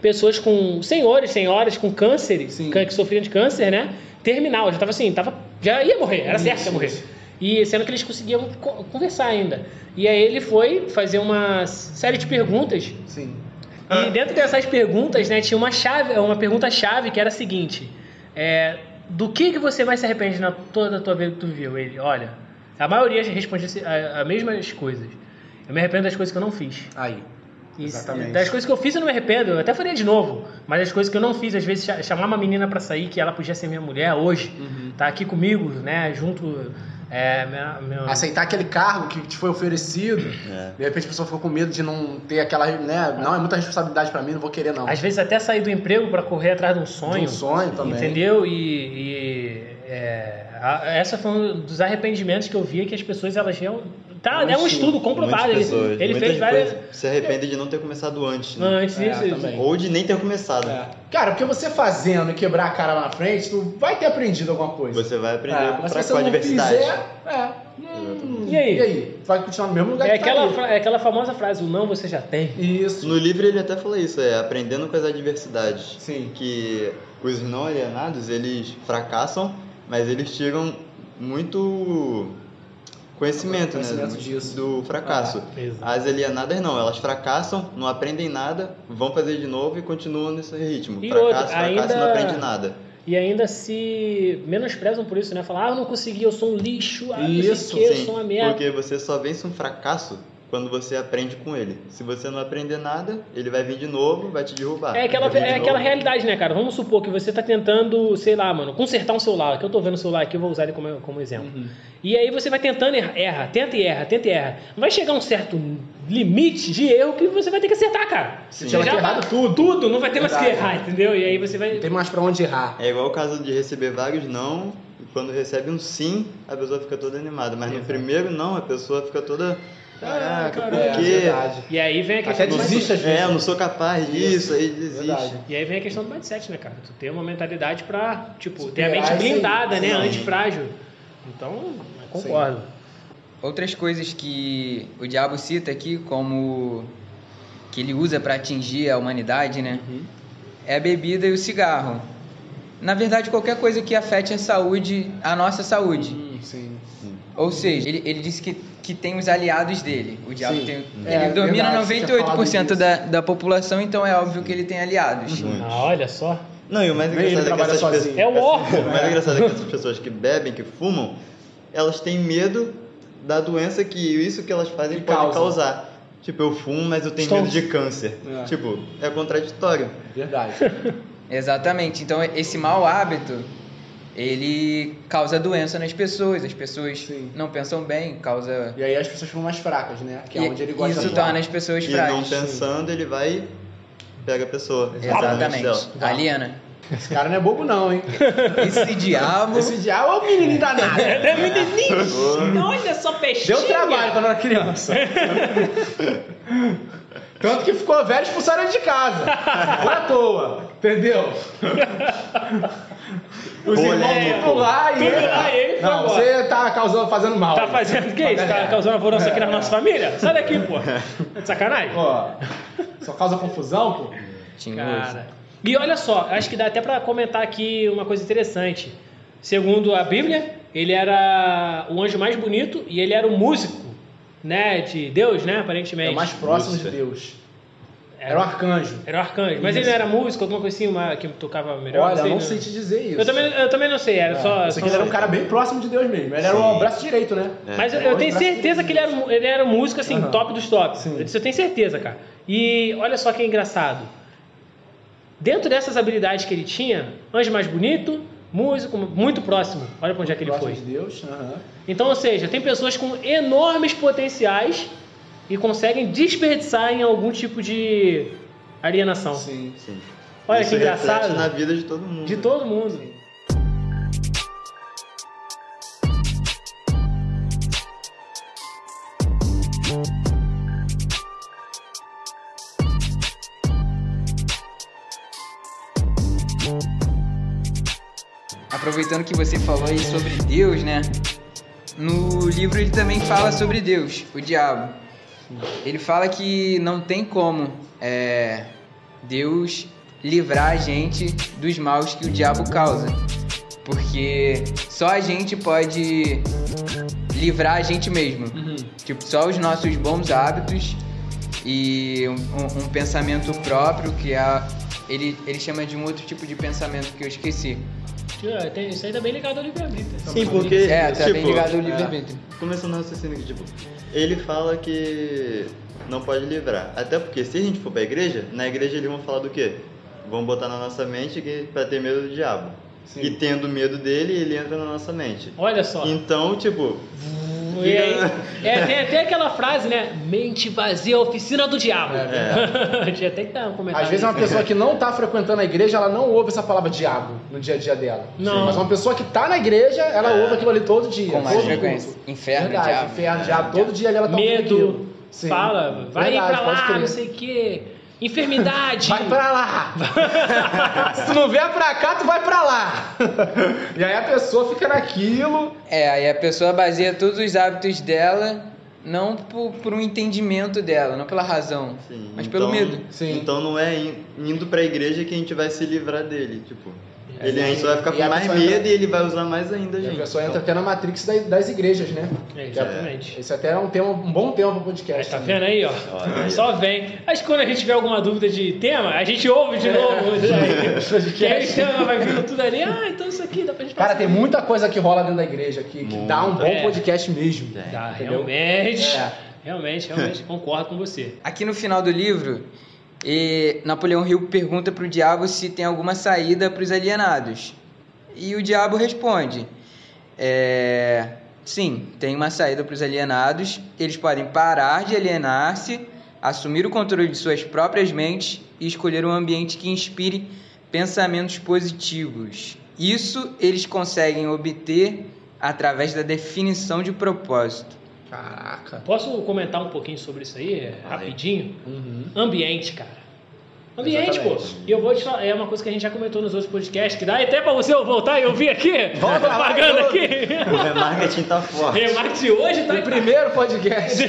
Speaker 1: pessoas com. senhores, senhoras com câncer,
Speaker 2: Sim.
Speaker 1: cân- que sofriam de câncer, né? Terminal, já tava assim, tava, já ia morrer, era certo que ia morrer. E sendo que eles conseguiam co- conversar ainda. E aí ele foi fazer uma série de perguntas
Speaker 2: Sim.
Speaker 1: e dentro dessas perguntas, né, tinha uma chave, uma pergunta chave que era a seguinte: é, do que que você mais se arrepende na toda a tua vida que tu viveu? Ele, olha, a maioria respondia se- a- as mesmas coisas. Eu me arrependo das coisas que eu não fiz.
Speaker 2: Aí. Exatamente.
Speaker 1: Das coisas que eu fiz eu não me arrependo, eu até faria de novo. Mas as coisas que eu não fiz, às vezes cha- chamar uma menina pra sair, que ela podia ser minha mulher hoje, tá aqui comigo, né, junto, é, minha- meu-
Speaker 2: Aceitar aquele cargo que te foi oferecido.
Speaker 3: É.
Speaker 2: De repente a pessoa ficou com medo de não ter aquela, né? Não, é muita responsabilidade pra mim, não vou querer não.
Speaker 1: às vezes até sair do emprego pra correr atrás de um É sonho,
Speaker 2: De um sonho também.
Speaker 1: entendeu? E, e, é, a- essa foi um dos arrependimentos que eu via que as pessoas elas real- tá, é um estudo comprovado, ele,
Speaker 3: Muitas pessoas,
Speaker 1: ele
Speaker 3: muitas
Speaker 1: fez várias
Speaker 3: coisas se arrepende de não ter começado antes, né?
Speaker 1: antes
Speaker 2: É,
Speaker 1: isso,
Speaker 2: também.
Speaker 3: Ou de nem ter começado.
Speaker 2: É. Cara, porque você fazendo e quebrar a cara lá na frente, tu vai ter aprendido alguma coisa.
Speaker 3: Você vai aprender
Speaker 2: É,
Speaker 3: pra-
Speaker 2: mas se
Speaker 3: pra-
Speaker 2: você
Speaker 3: com a
Speaker 2: não
Speaker 3: diversidade.
Speaker 2: fizer, é. Hum,
Speaker 1: E aí?
Speaker 2: E aí? Tu vai continuar no mesmo lugar
Speaker 1: É
Speaker 2: que tá
Speaker 1: aquela,
Speaker 2: aí.
Speaker 1: fra- é aquela famosa frase, o não você já tem.
Speaker 2: Isso.
Speaker 3: No livro ele até fala isso, é aprendendo com as adversidades.
Speaker 2: Sim.
Speaker 3: Que os não alienados, eles fracassam, mas eles tiram muito conhecimento,
Speaker 2: Conhecimento
Speaker 3: né?
Speaker 2: disso.
Speaker 3: Do fracasso. As alienadas não, elas fracassam, não aprendem nada, vão fazer de novo e continuam nesse ritmo.
Speaker 1: E
Speaker 3: fracasso,
Speaker 1: outra,
Speaker 3: fracasso,
Speaker 1: ainda-
Speaker 3: não aprende nada.
Speaker 1: E ainda se menosprezam por isso, né? Falar, ah, eu não consegui, eu sou um lixo, ah, isso,
Speaker 2: Isso,
Speaker 1: não sei o quê, eu
Speaker 3: Sim,
Speaker 1: sou uma merda.
Speaker 3: Porque você só vence um fracasso quando você aprende com ele. Se você não aprender nada, ele vai vir de novo, vai te derrubar.
Speaker 1: É aquela,
Speaker 3: Vai vir de
Speaker 1: é
Speaker 3: novo.
Speaker 1: aquela realidade, né, cara? Vamos supor que você tá tentando, sei lá, mano, consertar um celular. Que eu tô vendo o celular aqui, eu vou usar ele como, como exemplo.
Speaker 2: Uhum.
Speaker 1: E aí você vai tentando, erra, erra, tenta e erra, tenta e erra. Vai chegar um certo limite de erro que você vai ter que acertar, cara.
Speaker 3: Sim.
Speaker 2: Tinha
Speaker 1: Já
Speaker 2: errado
Speaker 1: tá-
Speaker 2: tudo.
Speaker 1: Tudo, não vai ter mais o que
Speaker 2: Verdade.
Speaker 1: errar, entendeu? E aí você vai...
Speaker 2: Não tem mais pra onde errar.
Speaker 3: É igual o caso de receber vários não, e quando recebe um sim, a pessoa fica toda animada. Mas no
Speaker 1: Exato.
Speaker 3: primeiro não, a pessoa fica toda. Caraca,
Speaker 1: caraca,
Speaker 3: por quê?
Speaker 1: E aí vem a
Speaker 2: Até
Speaker 1: questão... do-
Speaker 2: desiste às vezes.
Speaker 3: É, eu não sou capaz disso, aí desiste.
Speaker 2: Verdade.
Speaker 1: E aí vem a questão do mindset, né, cara? Tu ter uma mentalidade pra, tipo, ter
Speaker 2: Superar
Speaker 1: a mente
Speaker 2: isso aí.
Speaker 1: blindada, né?
Speaker 3: Sim.
Speaker 1: Antifrágil. Então, eu concordo.
Speaker 4: Outras coisas que o diabo cita aqui, como que ele usa para atingir a humanidade, né?
Speaker 2: Uhum.
Speaker 4: É a bebida e o cigarro. Na verdade, qualquer coisa que afete a saúde, a nossa saúde.
Speaker 2: Hum, sim.
Speaker 4: Ou seja, ele, ele disse que, que tem os aliados dele. O diabo
Speaker 2: Sim.
Speaker 4: tem, ele
Speaker 2: É,
Speaker 4: domina
Speaker 2: verdade, você tinha falado Uhum.
Speaker 4: 98% da, da população, então é óbvio que ele tem aliados.
Speaker 3: Muito.
Speaker 1: Ah, olha só.
Speaker 3: Não, e o mais
Speaker 2: Nem ele
Speaker 3: engraçado é que
Speaker 2: trabalha
Speaker 3: essas
Speaker 2: sozinho.
Speaker 3: pessoas.
Speaker 1: É o órfão.
Speaker 3: *laughs* O mais engraçado é que essas pessoas que bebem, que fumam, elas têm medo da doença que isso que elas fazem
Speaker 2: Que
Speaker 3: pode
Speaker 2: causa.
Speaker 3: causar. Tipo, eu fumo, mas eu tenho
Speaker 1: Estou-
Speaker 3: medo de câncer.
Speaker 2: É.
Speaker 3: Tipo, é contraditório.
Speaker 2: Verdade.
Speaker 4: Exatamente. Então esse mau hábito ele causa doença nas pessoas, as pessoas
Speaker 2: Sim.
Speaker 4: não pensam bem, causa
Speaker 2: E aí as pessoas ficam mais fracas, né? Que é
Speaker 4: E-
Speaker 2: onde ele gosta de
Speaker 4: isso
Speaker 2: atuar.
Speaker 4: torna as pessoas
Speaker 3: E não
Speaker 4: frágeis.
Speaker 3: pensando, ele vai e pega a pessoa.
Speaker 4: Exatamente.
Speaker 3: dela.
Speaker 4: Aliena.
Speaker 2: Esse cara não é bobo,
Speaker 1: *laughs*
Speaker 2: não, hein?
Speaker 4: Esse diabo.
Speaker 2: Esse diabo é o menino danado.
Speaker 1: É menininho. Olha só, peixinho.
Speaker 2: Deu trabalho quando eu era
Speaker 1: *laughs*
Speaker 2: criança. Tanto que ficou velho e expulsaram ele de casa. Não é à toa. Entendeu? Os irmãos
Speaker 3: Polêmico.
Speaker 2: tudo lá e
Speaker 1: Tudo lá, e ele foi
Speaker 2: Não,
Speaker 1: embora.
Speaker 2: você tá causando, fazendo mal.
Speaker 1: Tá fazendo o que é isso? Tá causando alvoroço aqui na nossa família? Sai daqui, *laughs* pô. É de Sacanagem.
Speaker 2: Ó, só causa confusão, pô.
Speaker 4: Tinhoso.
Speaker 1: Cara. E olha só, acho que dá até pra comentar aqui uma coisa interessante. Segundo a Bíblia, ele era o anjo mais bonito e ele era o músico, né? De Deus, né? Aparentemente.
Speaker 2: É o mais próximo de Deus.
Speaker 1: é.
Speaker 2: Era um arcanjo.
Speaker 1: Era o arcanjo. Mas
Speaker 2: Isso.
Speaker 1: ele não era músico, alguma coisa assim, uma, que tocava melhor?
Speaker 2: Olha, eu não
Speaker 1: né?
Speaker 2: sei te dizer isso.
Speaker 1: Eu também, eu também não sei, era
Speaker 2: É,
Speaker 1: só.
Speaker 2: eu sei
Speaker 1: só-
Speaker 2: que ele era um cara bem próximo de Deus mesmo. Ele era o
Speaker 3: Sim.
Speaker 2: braço direito, né?
Speaker 3: É.
Speaker 1: Mas eu, eu tenho certeza que ele era, um- ele era um músico, assim,
Speaker 2: Aham.
Speaker 1: top dos tops.
Speaker 2: Sim.
Speaker 1: Eu disse, eu tenho certeza, cara. E olha só que é engraçado. Dentro dessas habilidades que ele tinha, anjo mais bonito, músico, muito próximo. Olha pra onde é que ele
Speaker 2: próximo
Speaker 1: foi.
Speaker 2: de Deus. aham.
Speaker 1: Então, ou seja, tem pessoas com enormes potenciais e conseguem desperdiçar em algum tipo de alienação.
Speaker 2: Sim.
Speaker 3: É, Sim.
Speaker 1: Olha
Speaker 3: Isso
Speaker 1: que
Speaker 3: reflete
Speaker 1: engraçado.
Speaker 3: na vida de todo mundo.
Speaker 1: De todo mundo.
Speaker 4: Aproveitando que você falou aí sobre Deus, né? No livro ele também fala sobre Deus, o diabo. Ele fala que não tem como é, Deus livrar a gente dos maus que o diabo causa. Porque só a gente pode livrar a gente mesmo.
Speaker 1: Uhum.
Speaker 4: Tipo, só os nossos bons hábitos e um, um- um pensamento próprio que é a, ele, ele chama de um outro tipo de pensamento que eu esqueci.
Speaker 1: Tio, tem- Isso aí tá bem ligado ao livre-arbítrio.
Speaker 3: Sim, porque.
Speaker 4: É, tá
Speaker 3: tipo,
Speaker 4: bem ligado ao livre-arbítrio.
Speaker 3: Começando o raciocínio que, tipo, ele fala que não pode livrar. Até porque se a gente for pra igreja, na igreja eles vão falar do quê? Vão botar na nossa mente que pra ter medo do diabo.
Speaker 2: Sim.
Speaker 3: E tendo medo dele, ele entra na nossa mente.
Speaker 1: Olha só.
Speaker 3: Então, tipo,
Speaker 1: E aí, é, tem até aquela frase, né? Mente vazia, oficina do diabo.
Speaker 3: É.
Speaker 1: *laughs* Tinha até que dar um comentário.
Speaker 2: Às vezes é uma
Speaker 1: nisso.
Speaker 2: pessoa que não tá frequentando a igreja, ela não ouve essa palavra diabo no dia a dia dela.
Speaker 1: Não.
Speaker 2: Mas uma pessoa que tá na igreja, ela
Speaker 3: É.
Speaker 2: ouve aquilo ali todo dia.
Speaker 4: Com mais
Speaker 2: todo
Speaker 4: frequência.
Speaker 2: culto.
Speaker 4: Inferno,
Speaker 2: Verdade,
Speaker 4: diabo.
Speaker 2: inferno, diabo. Todo dia ali ela tá ouvindo
Speaker 1: Medo,
Speaker 2: aquilo. Sim.
Speaker 1: Fala, vai
Speaker 2: Verdade,
Speaker 1: pra
Speaker 2: pode
Speaker 1: lá,
Speaker 2: crer.
Speaker 1: não sei o quê. Enfermidade.
Speaker 2: Vai pra lá!
Speaker 1: *laughs*
Speaker 2: Se tu não vier pra cá, tu vai pra lá! *laughs* e aí a pessoa fica naquilo.
Speaker 4: É, aí a pessoa baseia todos os hábitos dela não por, por um entendimento dela, não pela razão,
Speaker 3: Sim,
Speaker 4: mas
Speaker 3: então-
Speaker 4: pelo medo.
Speaker 2: Sim.
Speaker 3: então não é in- indo pra igreja que a gente vai se livrar dele, tipo. Ele ainda vai ficar
Speaker 2: E
Speaker 3: com
Speaker 2: a
Speaker 3: mais
Speaker 2: pessoa
Speaker 3: medo
Speaker 2: entra-
Speaker 3: e ele vai usar mais ainda,
Speaker 2: E a
Speaker 3: gente.
Speaker 2: pessoa
Speaker 3: Então,
Speaker 2: entra até na matrix das, das igrejas, né?
Speaker 1: É, exatamente.
Speaker 2: Esse até é um, tema, um bom tema pro
Speaker 1: Mas
Speaker 2: podcast.
Speaker 1: tá
Speaker 2: também. *laughs*
Speaker 1: vendo aí, ó?
Speaker 3: Olha aí,
Speaker 1: Só vem. Acho que quando a gente tiver alguma dúvida de tema, a gente ouve
Speaker 2: É.
Speaker 1: de
Speaker 2: *laughs*
Speaker 1: novo. *laughs* que aí o tema vai vindo tudo ali. Ah, então isso aqui dá pra gente
Speaker 2: Cara,
Speaker 1: passar.
Speaker 2: tem muita coisa que rola dentro da igreja aqui, que dá um bom
Speaker 1: É.
Speaker 2: podcast mesmo.
Speaker 3: É.
Speaker 1: Tá,
Speaker 2: Entendeu?
Speaker 1: realmente.
Speaker 2: É.
Speaker 1: Realmente, realmente, concordo com você.
Speaker 4: Aqui no final do livro, eh, Napoleão Hill pergunta pro diabo se tem alguma saída pros alienados. E o diabo responde: é, sim, tem uma saída pros alienados. Eles podem parar de alienar-se, assumir o controle de suas próprias mentes e escolher um ambiente que inspire pensamentos positivos. Isso eles conseguem obter através da definição de propósito.
Speaker 2: Caraca.
Speaker 1: Posso comentar um pouquinho sobre isso aí, é,
Speaker 3: Fala aí.
Speaker 1: rapidinho?
Speaker 2: Uhum.
Speaker 1: Ambiente, cara. Ambiente, pô.
Speaker 3: Exatamente.
Speaker 1: E eu vou te falar, é uma coisa que a gente já comentou nos outros podcasts, que dá até pra você voltar e ouvir aqui. *laughs*
Speaker 2: Volta lá,
Speaker 1: propaganda
Speaker 2: vai,
Speaker 1: aqui.
Speaker 2: *laughs*
Speaker 3: O remarketing tá forte.
Speaker 1: Remarque de hoje tá
Speaker 2: O primeiro podcast.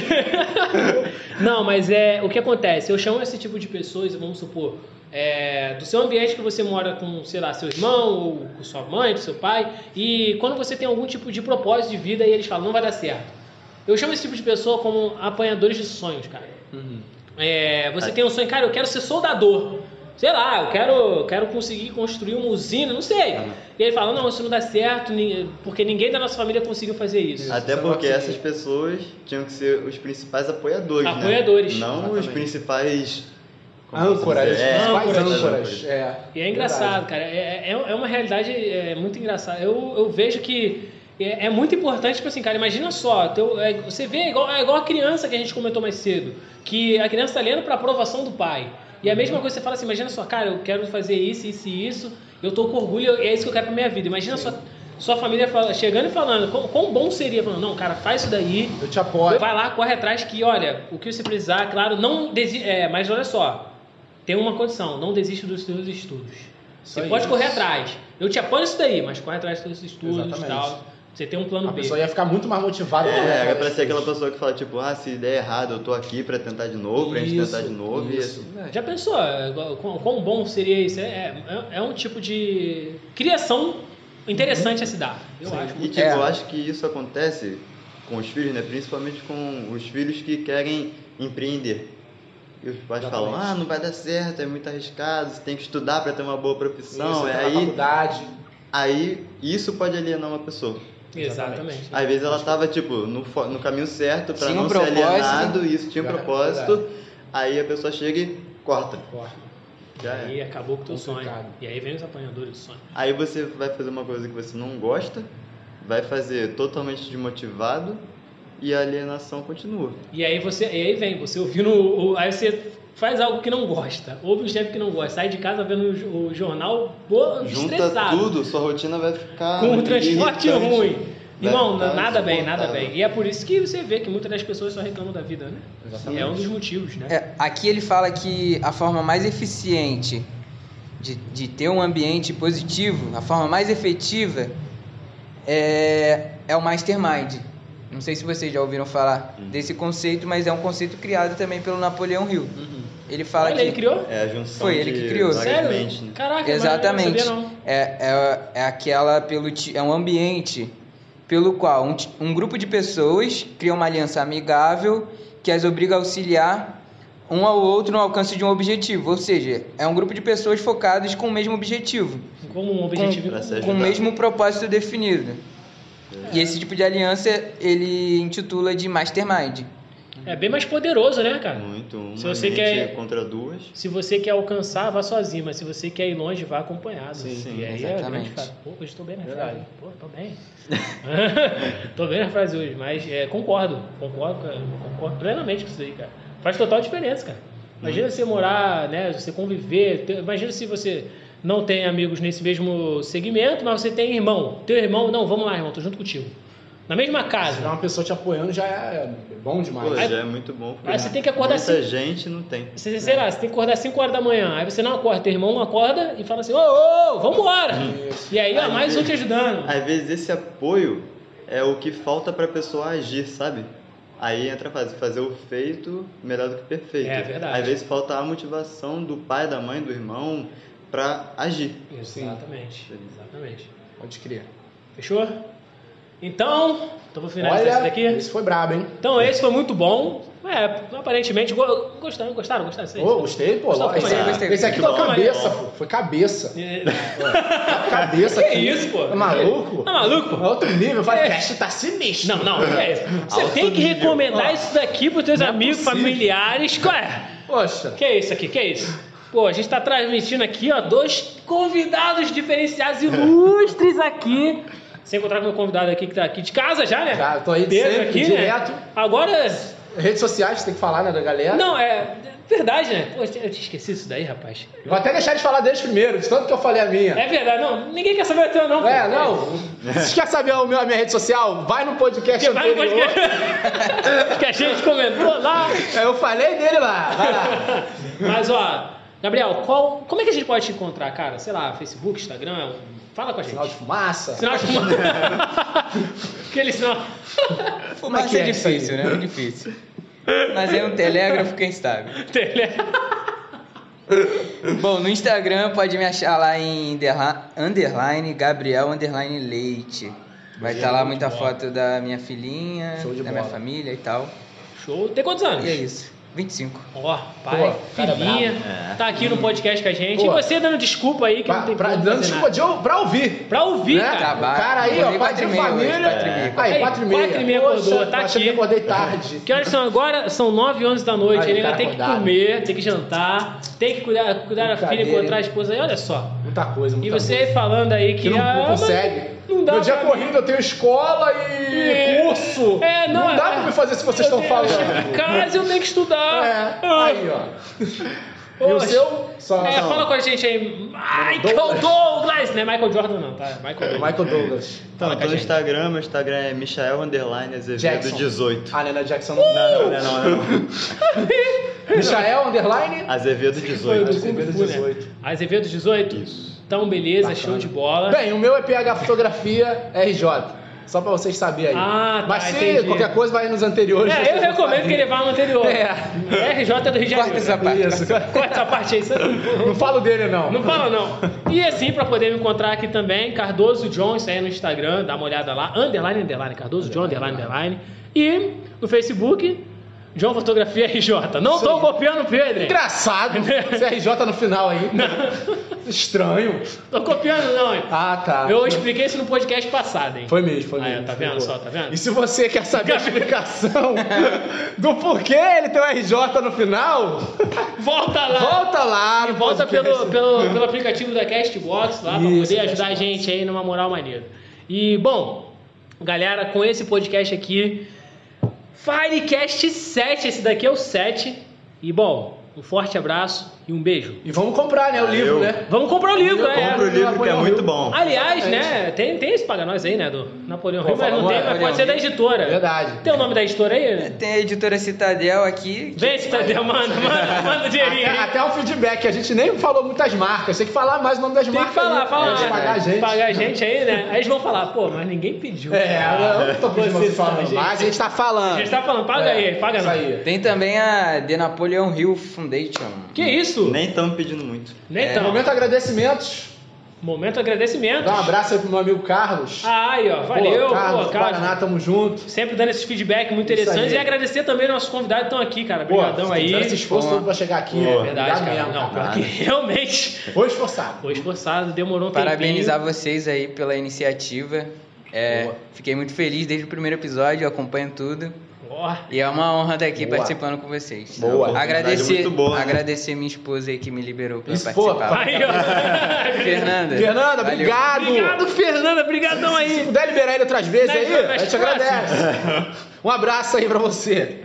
Speaker 1: *laughs* Não, mas é o que acontece. Eu chamo esse tipo de pessoas, vamos supor, é, do seu ambiente que você mora com, sei lá, seu irmão ou com sua mãe, com seu pai, e quando você tem algum tipo de propósito de vida e eles falam não vai dar certo. Eu chamo esse tipo de pessoa como apanhadores de sonhos, cara.
Speaker 2: Uhum.
Speaker 1: É, você tem um sonho, cara, eu quero ser soldador. Sei lá, eu quero, eu quero conseguir construir uma usina, não sei. E ele fala, não, isso não dá certo, ni- porque ninguém da nossa família conseguiu fazer isso.
Speaker 3: Até
Speaker 2: Isso,
Speaker 3: porque
Speaker 2: isso.
Speaker 3: essas pessoas tinham que ser os principais apoiadores, né?
Speaker 1: Apoiadores.
Speaker 3: Não os
Speaker 2: Exatamente.
Speaker 3: principais... como posso
Speaker 2: Âncoras,
Speaker 3: dizer? É,
Speaker 2: principais
Speaker 1: âncoras.
Speaker 2: âncoras. É.
Speaker 1: E é engraçado, cara. É, é, é uma realidade é, muito engraçada. Eu, eu vejo que é, é muito importante, tipo assim, cara, imagina só, teu- é, você vê, é igual, é igual a criança que a gente comentou mais cedo, que a criança tá lendo pra aprovação do pai. E a mesma coisa, você fala assim, imagina só, cara, eu quero fazer isso, isso e isso, eu tô com orgulho, é isso que eu quero pra minha vida. Imagina só sua família fala- chegando e falando, quão, quão bom seria, falando, não, cara, faz isso daí,
Speaker 2: Eu te apoio.
Speaker 1: Vai lá, corre atrás que, olha, o que você precisar, claro, não desi... é, mas olha só, tem uma condição, não desiste dos seus estudos.
Speaker 2: Só
Speaker 1: você pode
Speaker 2: isso.
Speaker 1: correr atrás. Eu te apoio nisso daí, mas corre atrás dos seus estudos e
Speaker 2: Exatamente.
Speaker 1: tal. Você tem um plano
Speaker 2: A
Speaker 1: B.
Speaker 2: pessoa ia ficar muito mais motivada.
Speaker 3: É,
Speaker 2: né,
Speaker 3: era
Speaker 2: cara?
Speaker 3: pra ser aquela pessoa que fala, tipo, ah, se der errado, eu tô aqui pra tentar de novo, pra gente
Speaker 2: Isso,
Speaker 3: tentar de novo.
Speaker 2: isso.
Speaker 3: E assim,
Speaker 1: Já pensou é, quão, quão bom seria isso? É, é, é um tipo de criação interessante a se dar. Eu
Speaker 2: Sim.
Speaker 1: acho.
Speaker 3: E
Speaker 1: muito
Speaker 3: tipo,
Speaker 4: É.
Speaker 3: eu acho que isso acontece com os filhos, né? Principalmente com os filhos que querem empreender. E os pais falam,
Speaker 2: Exatamente.
Speaker 3: ah, não vai dar certo, é muito arriscado, você tem que estudar pra ter uma boa profissão.
Speaker 2: Isso,
Speaker 3: é
Speaker 2: tá na
Speaker 3: aí,
Speaker 2: faculdade.
Speaker 3: aí isso pode alienar uma pessoa.
Speaker 1: Exatamente.
Speaker 3: Às vezes ela tava, tipo, no, fo- no caminho certo pra
Speaker 4: Tinha
Speaker 3: não
Speaker 4: um
Speaker 3: ser
Speaker 4: propósito.
Speaker 3: alienado, isso tinha um
Speaker 2: Verdade,
Speaker 3: propósito. Aí a pessoa chega e corta. Já é.
Speaker 1: E acabou com o teu sonho.
Speaker 2: Complicado.
Speaker 1: E aí vem os apanhadores do sonho.
Speaker 3: Aí você vai fazer uma coisa que você não gosta, vai fazer totalmente desmotivado e a alienação continua.
Speaker 1: E aí você, e aí vem, você ouvindo, o- o- aí você faz algo que não gosta, ouve um chefe que não gosta, sai de casa vendo o jo- o jornal pô,
Speaker 3: Junta
Speaker 1: estressado,
Speaker 3: tudo, sua rotina vai ficar.
Speaker 1: com o transporte
Speaker 3: irritante.
Speaker 1: ruim.
Speaker 3: Vai
Speaker 1: Irmão,
Speaker 3: ficar
Speaker 1: nada bem, nada
Speaker 3: insuportável.
Speaker 1: bem. E é por isso que você vê que muitas das pessoas só reclamam da vida, né?
Speaker 2: Exatamente.
Speaker 1: É um dos motivos, né?
Speaker 4: É, aqui ele fala que a forma mais eficiente de, de ter um ambiente positivo, a forma mais efetiva é, é o mastermind. Não sei se vocês já ouviram falar
Speaker 3: Hum.
Speaker 4: desse conceito, mas é um conceito criado também pelo Napoleão Hill.
Speaker 2: Uhum.
Speaker 4: Ele fala
Speaker 1: Olha,
Speaker 4: que
Speaker 1: ele criou?
Speaker 3: É a junção
Speaker 4: Foi ele
Speaker 3: de
Speaker 4: que criou.
Speaker 3: várias
Speaker 1: Sério?
Speaker 3: mentes, né?
Speaker 2: Ah,
Speaker 1: Caraca, mas
Speaker 4: Exatamente.
Speaker 1: eu não sabia, não.
Speaker 4: É, é, é aquela pelo ti- é um ambiente pelo qual um, ti- um grupo de pessoas cria uma aliança amigável que as obriga a auxiliar um ao outro no alcance de um objetivo, ou seja, é um grupo de pessoas focadas com o mesmo objetivo,
Speaker 1: Como um objetivo.
Speaker 3: Pra se
Speaker 4: com o
Speaker 3: ajudar.
Speaker 4: mesmo propósito definido. E esse tipo de aliança ele intitula de mastermind.
Speaker 1: É bem mais poderoso, né, cara?
Speaker 3: Muito. Uma
Speaker 1: Se você
Speaker 3: mente
Speaker 1: quer-
Speaker 3: contra duas.
Speaker 1: Se você quer alcançar, vá sozinho, mas se você quer ir longe, vá acompanhado.
Speaker 3: Sim, sim,
Speaker 1: e aí é a grande
Speaker 4: exatamente.
Speaker 1: frase. Pô, hoje tô bem na
Speaker 2: Verdade.
Speaker 1: frase. Pô, tô bem. *laughs* tô bem na frase hoje, mas é, concordo, concordo, cara, concordo plenamente com isso aí, cara. Faz total diferença, cara. Imagina você morar, né, você conviver, ter- imagina se você não tem amigos nesse mesmo segmento, mas você tem irmão. Teu irmão, não, vamos lá, irmão, tô junto contigo. Na mesma
Speaker 2: Se tiver
Speaker 1: casa.
Speaker 2: uma pessoa te apoiando já é bom demais.
Speaker 3: Pô,
Speaker 1: Aí-
Speaker 3: já é muito bom. porque
Speaker 1: aí você tem que acordar
Speaker 3: Muita
Speaker 1: cedo.
Speaker 3: gente não tem.
Speaker 1: Você, sei lá, você tem que acordar 5 horas da manhã. Aí você não acorda, teu irmão não acorda e fala assim, ô, ô, ô, vambora! E aí, ó,
Speaker 3: Aí
Speaker 1: mais um
Speaker 3: vem.
Speaker 1: te ajudando.
Speaker 3: Às vezes esse apoio é o que falta pra pessoa agir, sabe? Aí entra a fase, fazer o feito melhor do que perfeito.
Speaker 1: É verdade.
Speaker 3: Às vezes falta a motivação do pai, da mãe, do irmão pra agir.
Speaker 1: Exatamente. Exatamente.
Speaker 2: Pode crer.
Speaker 1: Fechou? Então, então vou finalizar
Speaker 2: Olha,
Speaker 1: isso daqui.
Speaker 2: isso foi brabo, hein?
Speaker 1: Então, esse foi muito bom. É, aparentemente, go- gostaram, gostaram, gostaram. Sim.
Speaker 2: Ô, gostei, pô.
Speaker 1: Gostou,
Speaker 2: lógico.
Speaker 1: gostei,
Speaker 2: Esse-
Speaker 4: gostei.
Speaker 2: Esse aqui
Speaker 3: Que
Speaker 2: foi
Speaker 1: bom.
Speaker 2: cabeça,
Speaker 3: Bom.
Speaker 2: pô. Foi
Speaker 1: *laughs*
Speaker 2: cabeça.
Speaker 1: É,
Speaker 2: Cabeça
Speaker 1: que
Speaker 2: aqui.
Speaker 1: isso, pô?
Speaker 2: Tá maluco?
Speaker 1: Tá maluco,
Speaker 2: É
Speaker 1: pô?
Speaker 2: outro nível. Eu falei,
Speaker 1: É.
Speaker 2: "Cast tá sinistro.
Speaker 1: Não, não, não é isso. Você
Speaker 3: Alto
Speaker 1: tem que
Speaker 3: nível.
Speaker 1: recomendar isso daqui pros seus
Speaker 2: Não é
Speaker 1: amigos,
Speaker 2: possível.
Speaker 1: familiares. Qual é?
Speaker 2: Poxa.
Speaker 1: Que é isso aqui? Que é isso? Pô, a gente tá transmitindo aqui, ó, dois convidados diferenciados ilustres aqui. Sem encontrar com o meu convidado aqui que tá aqui de casa já, né?
Speaker 2: Cara, tô aí
Speaker 1: Pedro
Speaker 2: sempre,
Speaker 1: aqui, né?
Speaker 2: direto.
Speaker 1: Agora.
Speaker 2: Redes sociais, tem que falar, né, da galera.
Speaker 1: Não, é. Verdade, né? Pô, eu tinha- eu tinha esquecido isso daí, rapaz.
Speaker 2: Vou até deixar de falar deles primeiro, de tanto que eu falei a minha.
Speaker 1: É verdade, não. Ninguém quer saber o teu, não.
Speaker 2: É,
Speaker 1: pô.
Speaker 2: não. Se quer saber o meu, a minha rede social, vai no podcast
Speaker 1: Porque vai no
Speaker 2: anterior. É,
Speaker 1: podcast *laughs* que a gente comentou lá.
Speaker 2: Eu falei dele lá. Vai lá.
Speaker 1: Mas, ó, Gabriel, qual, como é que a gente pode te encontrar, cara? Sei lá, Facebook, Instagram? Fala com a gente.
Speaker 2: Sinal de fumaça.
Speaker 1: Sinal de *laughs* fumaça. Aquele sinal.
Speaker 2: Como é
Speaker 4: Mas
Speaker 2: que
Speaker 4: é
Speaker 2: é isso aí?
Speaker 4: difícil, né? É difícil. Mas é um telégrafo, quem sabe?
Speaker 1: Tele-
Speaker 4: Bom, no Instagram pode me achar lá em underla- underline Gabriel underline Leite. Vai estar lá muita foto da minha filhinha,
Speaker 2: Show de
Speaker 4: da minha
Speaker 2: bola.
Speaker 4: família e tal.
Speaker 1: Show. Tem quantos anos?
Speaker 4: E é isso. 25.
Speaker 1: Ó, pai,
Speaker 2: Pô, cara
Speaker 1: filhinha,
Speaker 3: brabo. É.
Speaker 1: tá aqui no podcast com a gente.
Speaker 2: Pô.
Speaker 1: E você dando desculpa aí que
Speaker 2: Pra,
Speaker 1: não tem
Speaker 2: pra,
Speaker 1: como
Speaker 2: dando
Speaker 1: fazer
Speaker 2: desculpa
Speaker 1: nada.
Speaker 2: de ou- pra ouvir.
Speaker 1: Pra ouvir,
Speaker 2: Né?
Speaker 1: cara.
Speaker 2: O cara aí, ó,
Speaker 4: Acordei
Speaker 2: pai de
Speaker 4: quatro e meia hoje,
Speaker 2: família.
Speaker 4: quatro e meia.
Speaker 2: Aí,
Speaker 1: Aí,
Speaker 2: 4 e meia.
Speaker 1: quatro e meia acordou, tá aqui.
Speaker 2: achei que acordei tarde.
Speaker 1: Que horas são agora? São 9 horas da noite.
Speaker 2: Aí,
Speaker 1: ele
Speaker 2: o
Speaker 1: ainda
Speaker 2: cara
Speaker 1: tem que
Speaker 2: acordado.
Speaker 1: comer, tem que jantar, tem que cuidar, cuidar da filha,
Speaker 2: Brincadeira,
Speaker 1: encontrar a
Speaker 2: hein?
Speaker 1: esposa. E olha só.
Speaker 2: Muita coisa, muita
Speaker 1: E você aí falando aí que.
Speaker 2: que não,
Speaker 1: ah,
Speaker 2: não
Speaker 1: mas
Speaker 2: consegue.
Speaker 1: Não dá
Speaker 2: Meu dia
Speaker 1: pra mim.
Speaker 2: corrido, eu tenho escola e
Speaker 1: E-
Speaker 2: curso.
Speaker 1: É, não,
Speaker 2: dá
Speaker 1: é-
Speaker 2: pra me fazer isso que vocês
Speaker 1: eu
Speaker 2: estão
Speaker 1: tenho- eu chego em
Speaker 2: falando.
Speaker 1: casa eu tenho que estudar.
Speaker 2: É,
Speaker 1: Ah,
Speaker 2: aí, ó. E o
Speaker 1: poxa.
Speaker 2: seu? Só,
Speaker 1: É,
Speaker 2: só-
Speaker 1: fala com a gente aí, Michael Douglas.
Speaker 2: Douglas.
Speaker 1: Não é Michael Jordan, não, tá? Michael Douglas.
Speaker 2: Michael Douglas.
Speaker 1: Fala
Speaker 3: Então,
Speaker 1: com a
Speaker 3: então no
Speaker 1: gente.
Speaker 3: Instagram, meu Instagram é Michael Underline Azevedo
Speaker 2: Jackson.
Speaker 3: 18.
Speaker 2: Ah, Nena Jackson.
Speaker 3: Não, não, não, não.
Speaker 2: né,
Speaker 1: *laughs*
Speaker 2: Michael, underline.
Speaker 3: Azevedo
Speaker 1: Foi o do
Speaker 3: 18.
Speaker 1: Kung
Speaker 2: Azevedo
Speaker 1: Fu, né?
Speaker 2: 18.
Speaker 1: Azevedo 18?
Speaker 3: Isso.
Speaker 1: Então, beleza,
Speaker 2: Bacana.
Speaker 1: show de bola.
Speaker 2: Bem, o meu é PH Fotografia RJ. Só pra vocês saberem aí.
Speaker 1: Ah, tá,
Speaker 2: Mas se
Speaker 1: entendi.
Speaker 2: qualquer coisa, vai nos anteriores.
Speaker 1: é,
Speaker 2: vocês
Speaker 1: eu
Speaker 2: vão
Speaker 1: recomendo
Speaker 2: saber.
Speaker 1: que ele vá no anterior.
Speaker 2: É.
Speaker 1: RJ do Rio de Janeiro.
Speaker 4: Corta essa parte.
Speaker 2: Isso.
Speaker 1: Corta essa parte aí, você-
Speaker 2: Não falo dele, não.
Speaker 1: Não fala não. E assim, pra poder me encontrar aqui também, Cardoso John, isso aí no Instagram, dá uma olhada lá. Underline, underline, Cardoso John, underline, underline. E no Facebook, John Fotografia RJ. Não
Speaker 2: Isso
Speaker 1: tô
Speaker 2: aí.
Speaker 1: copiando o Pedro. hein? *laughs*
Speaker 2: Engraçado. Esse RJ no final aí. Estranho.
Speaker 1: Tô copiando não, hein?
Speaker 2: Ah, tá.
Speaker 1: Eu expliquei isso no podcast passado, hein?
Speaker 2: Foi mesmo, foi
Speaker 1: Aí,
Speaker 2: mesmo.
Speaker 1: ó, tá
Speaker 2: foi
Speaker 1: vendo
Speaker 2: boa.
Speaker 1: só, tá vendo?
Speaker 2: E se você quer
Speaker 1: *laughs*
Speaker 2: saber a explicação do porquê ele tem o RJ no final,
Speaker 1: Volta lá.
Speaker 2: volta lá.
Speaker 1: E
Speaker 2: no
Speaker 1: volta
Speaker 2: podcast.
Speaker 1: pelo,
Speaker 2: *laughs*
Speaker 1: pelo, pelo aplicativo da Castbox lá pra
Speaker 2: Isso,
Speaker 1: poder ajudar a
Speaker 2: Castbox.
Speaker 1: gente aí numa moral maneira. E, bom, galera, com esse podcast aqui, Firecast 7, esse daqui é o 7. E, bom, um forte abraço e um beijo.
Speaker 2: E vamos comprar, né? O livro,
Speaker 3: Valeu.
Speaker 2: né?
Speaker 1: Vamos comprar o livro,
Speaker 2: Eu
Speaker 1: é.
Speaker 3: Compra Ah, o livro que é muito bom.
Speaker 1: Aliás,
Speaker 2: Exatamente.
Speaker 1: né, tem, tem esse paga nós aí, né, do Napoleão
Speaker 2: Vou
Speaker 1: Rio, mas
Speaker 2: falar
Speaker 1: não tem,
Speaker 2: agora,
Speaker 1: mas pode
Speaker 4: Napoleão
Speaker 1: ser da
Speaker 4: Rio.
Speaker 1: editora.
Speaker 2: É Verdade.
Speaker 1: Tem o nome da editora aí?
Speaker 4: Tem a editora Citadel aqui.
Speaker 1: Vem, Citadel, manda, manda, manda o dinheirinho
Speaker 2: *laughs*
Speaker 1: aí.
Speaker 2: Até, até um feedback, a gente nem falou muitas marcas, tem que falar mais o nome das
Speaker 1: Tem que
Speaker 2: marcas.
Speaker 1: falar,
Speaker 2: aí,
Speaker 1: falar.
Speaker 2: pra eles né? Pagar a gente.
Speaker 1: Pagar a gente aí, né? Aí eles vão falar, pô, mas ninguém pediu.
Speaker 2: É, eu não tô pedindo pra
Speaker 1: Vocês
Speaker 2: vocês
Speaker 1: são
Speaker 2: falando,
Speaker 1: gente.
Speaker 2: mas a gente tá
Speaker 1: A
Speaker 2: falando.
Speaker 1: gente tá falando, paga
Speaker 2: É,
Speaker 1: aí, paga
Speaker 2: isso
Speaker 1: não.
Speaker 2: aí.
Speaker 4: Tem também a The Napoleon Hill Foundation.
Speaker 1: Que isso?
Speaker 3: Nem estamos pedindo muito.
Speaker 1: Nem
Speaker 4: É,
Speaker 1: tão. Momento,
Speaker 2: Momento agradecimentos.
Speaker 1: agradecimento.
Speaker 2: Dá um abraço aí pro meu amigo Carlos.
Speaker 1: Ah, aí, ó. Valeu,
Speaker 2: pô, Carlos.
Speaker 1: pô,
Speaker 2: do
Speaker 1: cara.
Speaker 2: Paraná, tamo junto.
Speaker 1: Sempre dando esses feedback muito
Speaker 2: Isso
Speaker 1: interessantes. E
Speaker 2: aí.
Speaker 1: agradecer também aos nossos convidados que estão aqui, cara.
Speaker 2: Pô,
Speaker 1: Obrigadão aí.
Speaker 2: Esse esforço
Speaker 4: Boa.
Speaker 2: todo pra chegar aqui. né?
Speaker 3: Boa.
Speaker 2: Obrigado
Speaker 1: Verdade, cara.
Speaker 2: mesmo,
Speaker 1: Não,
Speaker 2: cara.
Speaker 1: porque *laughs* realmente
Speaker 2: Foi esforçado.
Speaker 1: foi esforçado, demorou um
Speaker 4: Parabenizar
Speaker 1: tempinho.
Speaker 4: vocês aí pela iniciativa. É,
Speaker 2: Boa.
Speaker 4: fiquei muito feliz desde o primeiro episódio, eu acompanho tudo.
Speaker 1: Ó,
Speaker 4: E é uma honra estar aqui
Speaker 2: Boa.
Speaker 4: participando com vocês.
Speaker 3: Boa. Oportunidade
Speaker 4: Agradecer,
Speaker 3: muito boa, né?
Speaker 4: agradecer minha esposa aí que me liberou pra
Speaker 2: Isso,
Speaker 4: participar.
Speaker 1: aí,
Speaker 2: *laughs*
Speaker 1: ó.
Speaker 4: Fernanda.
Speaker 2: Fernanda,
Speaker 4: valeu.
Speaker 2: obrigado.
Speaker 1: Obrigado, Fernanda. Obrigadão
Speaker 2: Se
Speaker 1: aí.
Speaker 2: puder liberar ele outras vezes
Speaker 1: Não,
Speaker 2: aí,
Speaker 1: então,
Speaker 2: a
Speaker 1: mas
Speaker 2: gente
Speaker 1: próximo.
Speaker 2: agradece. Um abraço aí pra você.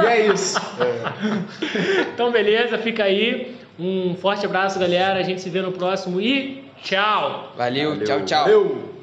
Speaker 2: E é isso.
Speaker 1: Então, beleza. Fica aí. Um forte abraço, galera. A gente se vê no próximo e tchau.
Speaker 4: Valeu,
Speaker 3: Valeu.
Speaker 4: tchau, tchau.
Speaker 2: Valeu.